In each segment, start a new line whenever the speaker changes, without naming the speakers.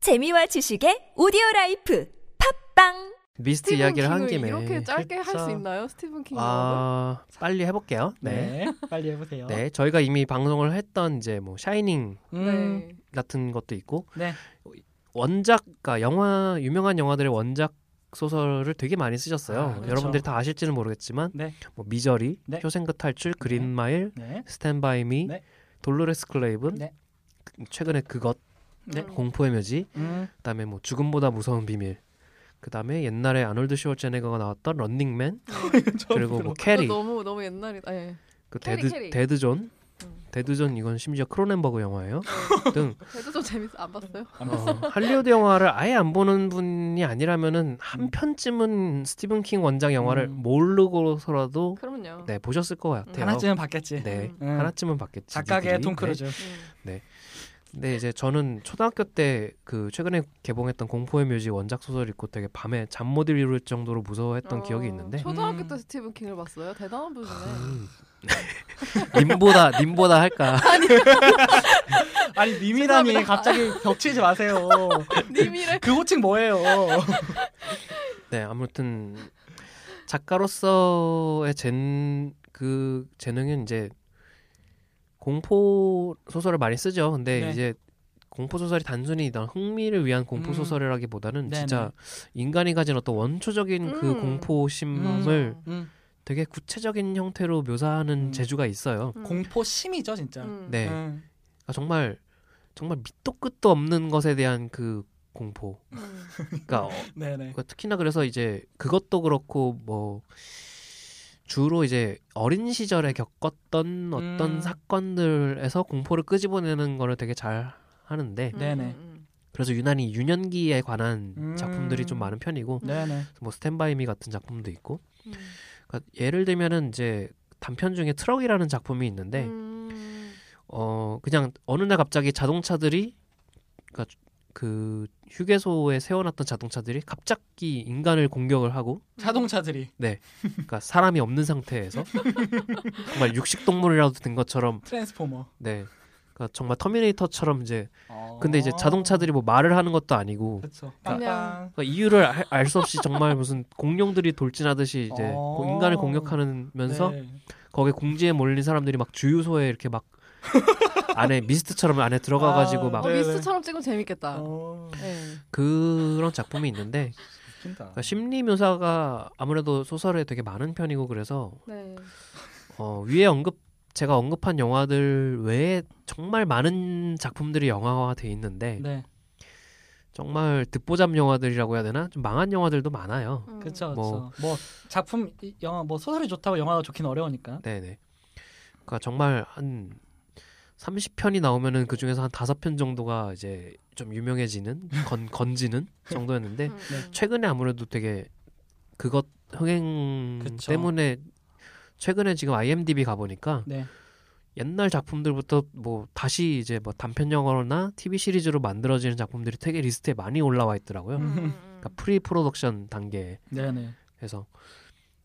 재미와 지식의 오디오 라이프 팝빵
미스트
스티븐
이야기를 한
킹을
김에
이렇게 짧게 할
진짜-
수 있나요? 스티븐 킹 영화를?
아 빨리 해볼게요. 네.
네. 빨리 해보세요.
네. 저희가 이미 방송을 했던 이제 뭐 샤이닝
음,
네.
같은 것도 있고
네.
원작, 그러니까 영화 유명한 영화들의 원작 소설을 되게 많이 쓰셨어요.
아, 그렇죠.
여러분들이 다 아실지는 모르겠지만
네.
뭐 미저리,
네.
쇼생크 탈출, 그린마일,
네.
스탠바이 미,
네.
돌로레스 클레이븐,
네.
그- 최근에 그것,
네.
음.
공포의 묘지,
음,
그다음에 뭐 죽음보다 무서운 비밀, 그다음에 옛날에 아놀드 슈워제네거가 나왔던 런닝맨, 그리고 뭐
그거
캐리,
너무 너무 옛날이다. 예.
그
캐리,
데드
캐리.
데드존
음.
데드존 이건 심지어 크로넨버그 영화예요
예.
등
그래도 좀 재밌어 안 봤어요?
안
어,
봤어.
할리우드 영화를 아예 안 보는 분이 아니라면은 한 편쯤은 스티븐 킹 원작 영화를
음.
모르고서라도
그럼요.
네 보셨을 것 같아요
하나쯤은 봤겠지.
네
음.
하나쯤은 봤겠지
작가계
니들이.
톰
네.
크루즈.
음.
근데 이제 저는 초등학교 때 그 최근에 개봉했던 공포의 묘지 원작 소설 읽고 되게 밤에 잠 못 이룰 정도로 무서워했던
어,
기억이 있는데
초등학교
음.
때 스티븐 킹을 봤어요. 대단한 분이네.
음. 님보다 님보다 할까
아니 님이라니
죄송합니다.
갑자기 겹치지 마세요.
님이래.
그 호칭 뭐예요?
네, 아무튼 작가로서의 젠, 그 재능은 이제 공포 소설을 많이 쓰죠. 근데
네.
이제 공포 소설이 단순히 난 흥미를 위한 공포
음.
소설이라기보다는
네네.
진짜 인간이 가진 어떤 원초적인 그
음.
공포심을
음,
되게 구체적인 형태로 묘사하는
음.
재주가 있어요.
음.
공포심이죠 진짜.
음.
네,
음.
그러니까 정말 정말 밑도 끝도 없는 것에 대한 그 공포.
음.
그러니까
네네.
그러니까 특히나 그래서 이제 그것도 그렇고 뭐 주로 이제 어린 시절에 겪었던 어떤
음.
사건들에서 공포를 끄집어내는 거를 되게 잘 하는데
음,
네네.
음,
그래서 유난히 유년기에 관한
음.
작품들이 좀 많은 편이고
네네.
뭐 스탠바이미 같은 작품도 있고
음.
그러니까 예를 들면은 이제 단편 중에 트럭이라는 작품이 있는데
음.
어 그냥 어느 날 갑자기 자동차들이 그러니까 그 휴게소에 세워놨던 자동차들이 갑자기 인간을 공격을 하고
자동차들이
그러니까 사람이 없는 상태에서 정말 육식 동물이라도 된 것처럼
트랜스포머.
네. 그러니까 정말 터미네이터처럼 이제
어.
아. 근데 이제 자동차들이 뭐 말을 하는 것도 아니고
그렇죠.
그냥-
빵빵.
그러니까 이유를 알 수 없이 정말 무슨 공룡들이 돌진하듯이 이제
어.
고- 인간을 공격하면서
네.
거기에 공지에 몰린 사람들이 막 주유소에 이렇게 막 안에 미스트처럼 안에 들어가 가지고
아,
막
어,
네네.
미스처럼 찍으면
아.
재밌겠다.
어.
네.
그런 작품이 있는데
웃긴다.
그러니까 심리 묘사가 아무래도 소설에 되게 많은 편이고 그래서
네.
어, 위에 언급 제가 언급한 영화들 외에 정말 많은 작품들이 영화화 돼 있는데
네.
정말 듣보잡 영화들이라고 해야 되나 좀 망한 영화들도 많아요.
음.
그렇죠.
뭐-
뭐. 뭐 작품 이- 영화 뭐 소설이 좋다고 영화가 좋긴 어려우니까.
네네. 그러니까 정말 한 30편이 나오면은 그 중에서 한 다섯 편 정도가 이제 좀 유명해지는 건 건지는 정도였는데
음.
네.
최근에 아무래도 되게 그것 흥행
그쵸.
때문에 최근에 지금 IMDb 가 보니까
네.
옛날 작품들부터 뭐 다시 이제 뭐 단편 영화나 TV 시리즈로 만들어지는 작품들이 되게 리스트에 많이 올라와 있더라고요.
음, 음,
그러니까 프리 프로덕션 단계에서
네네.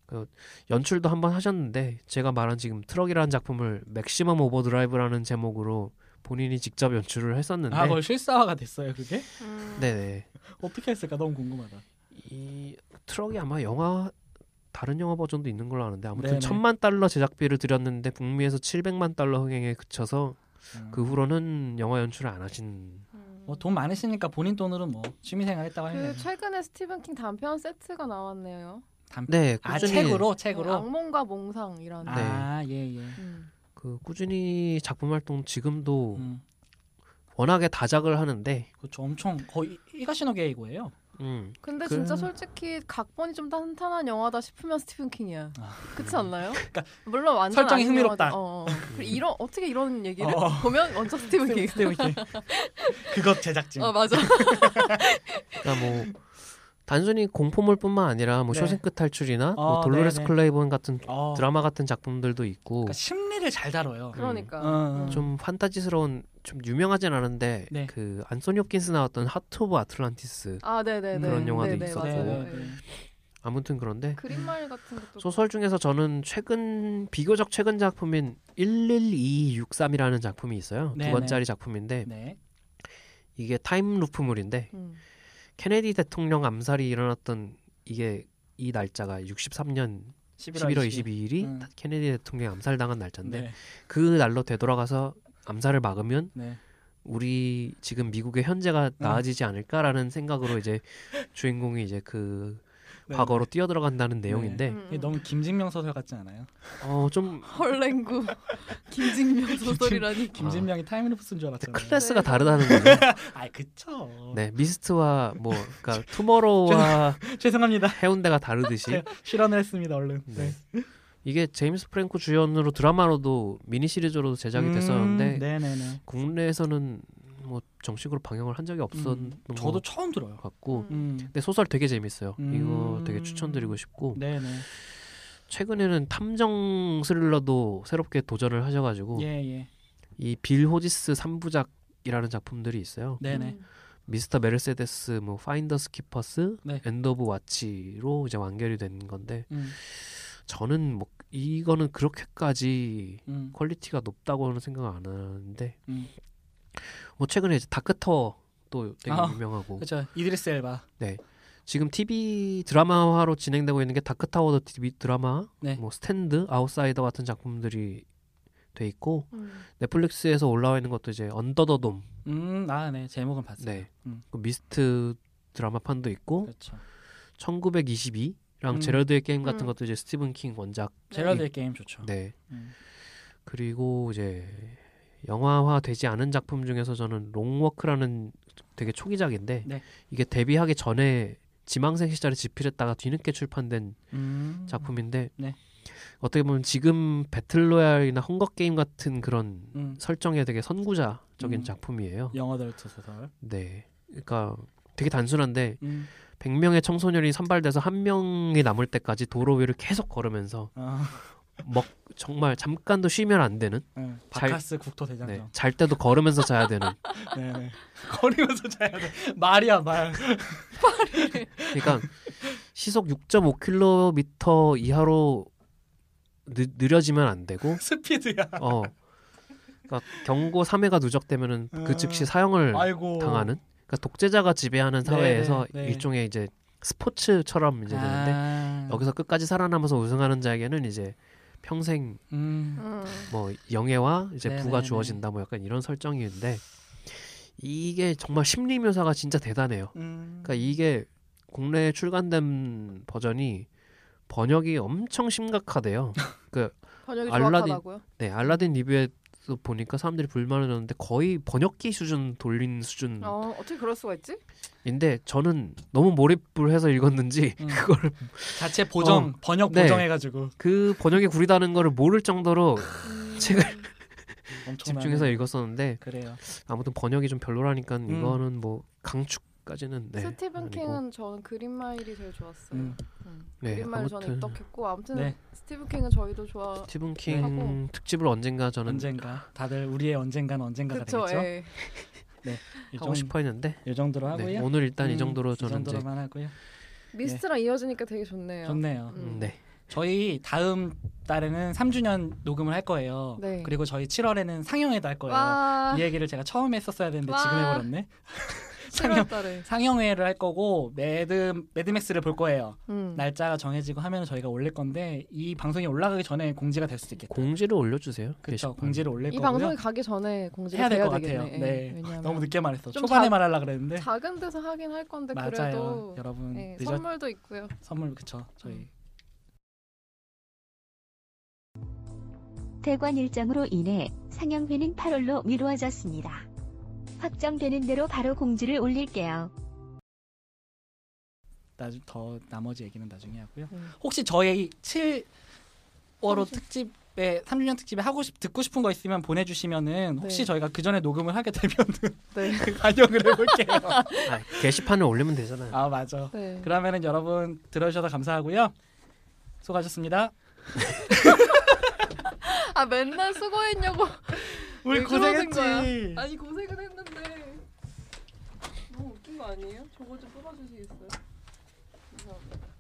그 연출도 한번 하셨는데 제가 말한 지금 트럭이라는 작품을 맥시멈 오버드라이브라는 제목으로 본인이 직접 연출을 했었는데
아, 거의 실사화가 됐어요, 그게?
음.
네네
어떻게 했을까 너무 궁금하다.
이 트럭이 아마 영화 다른 영화 버전도 있는 걸로 아는데 아무튼
네네.
천만 달러 제작비를 들였는데 북미에서 700만 달러 흥행에 그쳐서 그 후로는 영화 연출을 안 하신
음.
뭐돈 많으시니까 본인 돈으로 뭐 취미 생활했다고 하면
그
그...
최근에 스티븐 킹 단편 세트가 나왔네요.
담...
네,
아,
꾸준히
책으로
어,
책으로.
악몽과 몽상이라는.
네.
아, 예, 예.
음.
그 꾸준히 작품 활동 지금도
음.
워낙에 다작을 하는데
그렇죠. 엄청 거의 이가시노 게이고예요.
음,
근데
그-
진짜 솔직히 각본이 좀 탄탄한 영화다 싶으면 스티븐 킹이야.
아.
그렇지 않나요? 물론 완전
설정이
아닌
흥미롭다.
영화도- 어, 어. 그리고 이런 어떻게 이런 얘기를
어.
보면 먼저 스티븐 킹.
스티븐 킹. 그것 제작진.
어 맞아.
그러니까 뭐 단순히 공포물뿐만 아니라 뭐
네.
쇼생크 탈출이나 뭐
어,
돌로레스
네네.
클레이본 같은
어.
드라마 같은 작품들도 있고
그러니까 심리를 잘 다뤄요.
그러니까.
음, 음.
좀 판타지스러운 좀 유명하진 않은데
네.
그 안소니 홉킨스 나왔던 하트 오브 아틀란티스
아 네네네.
그런 영화도
네네,
있었고.
맞아요.
네,
네.
네.
아무튼 그런데
그린마일 같은 것도.
소설 중에서 저는 최근 비교적 최근 작품인 112263이라는 작품이 있어요
네네.
두 권짜리 작품인데
네.
이게 타임루프물인데
음.
케네디 대통령 암살이 일어났던 이게 이 날짜가 63년 11월 22일이
음.
케네디 대통령 암살당한 날짜인데
네.
그 날로 되돌아가서 암살을 막으면
네.
우리 지금 미국의 현재가 나아지지 않을까라는 생각으로 이제 주인공이 이제 그
네.
과거로 뛰어들어간다는 내용인데
음,
이게
음.
너무 김진명 소설 같지 않아요?
어 좀
헐랭구 김진명 소설이라니.
김진명이 타임루프 쓴 줄 알았잖아요.
클래스가 다르다는 거죠.
아 그쵸.
네, 미스트와 뭐 그러니까 투머로우와
죄송합니다.
해운대가 다르듯이
네, 실언을 했습니다. 얼른.
네. 이게 제임스 프랭코 주연으로 드라마로도 미니 시리즈로도 제작이 됐었는데
음, 네네네.
국내에서는 뭐 정식으로 방영을 한 적이 없었던
음, 저도 처음 들어요.
것 같고
음.
음.
근데 소설 되게 재밌어요.
음.
이거 되게 추천드리고 싶고
네네.
최근에는 탐정 스릴러도 새롭게 도전을 하셔가지고
예예.
이 빌 호지스 3부작이라는 작품들이 있어요.
네네.
음.
미스터 메르세데스, 뭐 파인더스 키퍼스,
네.
엔드 오브 와치로 이제 완결이 된 건데
음.
저는 뭐 이거는 그렇게까지
음.
퀄리티가 높다고는 생각 안 하는데
음.
뭐 최근에 이제 다크터 또 되게
아,
유명하고
그렇죠. 이드리스 엘바.
지금 TV 드라마화로 진행되고 있는 게 다크타워도 TV 드라마,
네.
뭐 스탠드, 아웃사이더 같은 작품들이 돼 있고
음.
넷플릭스에서 올라와 있는 것도 이제 언더더돔,
음. 아 네. 제목은 봤어요.
네,
음.
그 미스트 드라마판도 있고
그렇죠.
1922랑
음.
제럴드의 게임 같은
음.
것도 이제 스티븐 킹 원작,
제라드의 게임 좋죠.
네,
음.
그리고 이제 영화화 되지 않은 작품 중에서 저는 롱워크라는 되게 초기작인데
네.
이게 데뷔하기 전에 지망생 시절에 집필했다가 뒤늦게 출판된
음.
작품인데
네.
어떻게 보면 지금 배틀로얄이나 헝거 게임 같은 그런
음.
설정에 되게 선구자적인
음.
작품이에요.
영어 델트 소설.
네, 그러니까 되게 단순한데
음.
100명의 청소년이 선발돼서 한 명이 남을 때까지 도로 위를 계속 걸으면서
아,
먹 정말 잠깐도 쉬면 안 되는,
네.
잘-
바카스
네,
국토대장정.
잘 때도 걸으면서 자야 되는.
네. 네. 거리면서 자야 돼. 말이야 말.
그러니까 시속 6.5km 이하로 느, 느려지면 안 되고
스피드야.
어. 그러니까 경고 3회가 누적되면은 그
아.
즉시 사형을
아이고.
당하는. 그러니까 독재자가 지배하는
네,
사회에서
네, 네.
일종의 이제 스포츠처럼 이제 되는데
아.
여기서 끝까지 살아남아서 우승하는 자에게는 이제 평생
음.
음.
뭐 영예와 이제
네,
부가
네, 네.
주어진다 뭐 약간 이런 설정인데 이게 정말 심리 묘사가 진짜 대단해요.
음.
그러니까 이게 국내에 출간된 버전이 번역이 엄청 심각하대요.
번역이
알라딘-
정확하다고요?
네, 알라딘 리뷰에서 보니까 사람들이 불만을 줬는데 거의 번역기 수준 돌린 수준인데
어, 어떻게 그럴 수가 있지?
저는 너무 몰입을 해서 읽었는지
음.
그걸
자체 보정 번역
어. 네.
보정해가지고
그 번역이 구리다는 거를 모를 정도로
아,
제가
엄청나게
집중해서 읽었었는데
그래요.
아무튼 번역이 좀 별로라니까
음.
이거는 뭐 강축까지는 네.
스티븐
아니고.
킹은 저는 그린마일이 제일 좋았어요.
음.
음.
네,
그린마일 저는
아무튼
입덕했고 아무튼
네.
스티븐 킹은 저희도 좋아.
스티븐 킹
하고.
특집을 언젠가 저는
언젠가 다들 우리의 언젠가는 언젠가가
그쵸?
되겠죠. 네.
예.
이
하고
정-
싶어 했는데
이 정도로 하고요.
네, 오늘 일단
음,
이 정도로
이
저는 이제
정도로만 하고요.
미스트랑 이어지니까 되게 좋네요.
좋네요.
음.
음, 네.
저희 다음 달에는 3주년 녹음을 할 거예요.
네.
그리고 저희 7월에는 상영회도 할 거예요.
와,
이 얘기를 제가 처음에 했었어야 되는데
와.
지금 해버렸네. 상영
7월달에.
상영회를 할 거고 매드 매드맥스를 볼 거예요.
음.
날짜가 정해지고 하면 저희가 올릴 건데 이 방송이 올라가기 전에 공지가 될 수도 있겠다.
공지를 올려주세요.
그렇죠.
게시판.
공지를 올릴
이
거고요.
방송이 가기 전에 공지가
해야 될
돼야
것 같아요.
되겠네.
네.
예, 왜냐면
너무 늦게 말했어.
좀
초반에
다-
말하려 그랬는데
작은 데서 하긴 할 건데
맞아요.
네, 그래도
여러분
예,
늦었
선물도 있고요.
선물 그쵸 저희
음.
대관 일정으로 인해 상영회는 8월로 미루어졌습니다. 확정되는 대로 바로 공지를 올릴게요.
나중 더 나머지 얘기는 나중에 하고요.
음.
혹시 저희 7월호
삼십-
특집에 3주년 특집에 하고 싶 듣고 싶은 거 있으면 보내주시면은 혹시
네.
저희가 그 전에 녹음을 하게 되면은 그
네.
반영을 해볼게요.
아, 게시판을 올리면 되잖아요.
아 맞아.
네.
그러면은 여러분 들어주셔서 감사하고요. 수고하셨습니다.
아 맨날 수고했냐고.
우리
왜 그러는
고생했지.
아니 고생은 했는데 너무 웃긴 거 아니에요? 저거 좀 뽑아주시겠어요? 감사합니다.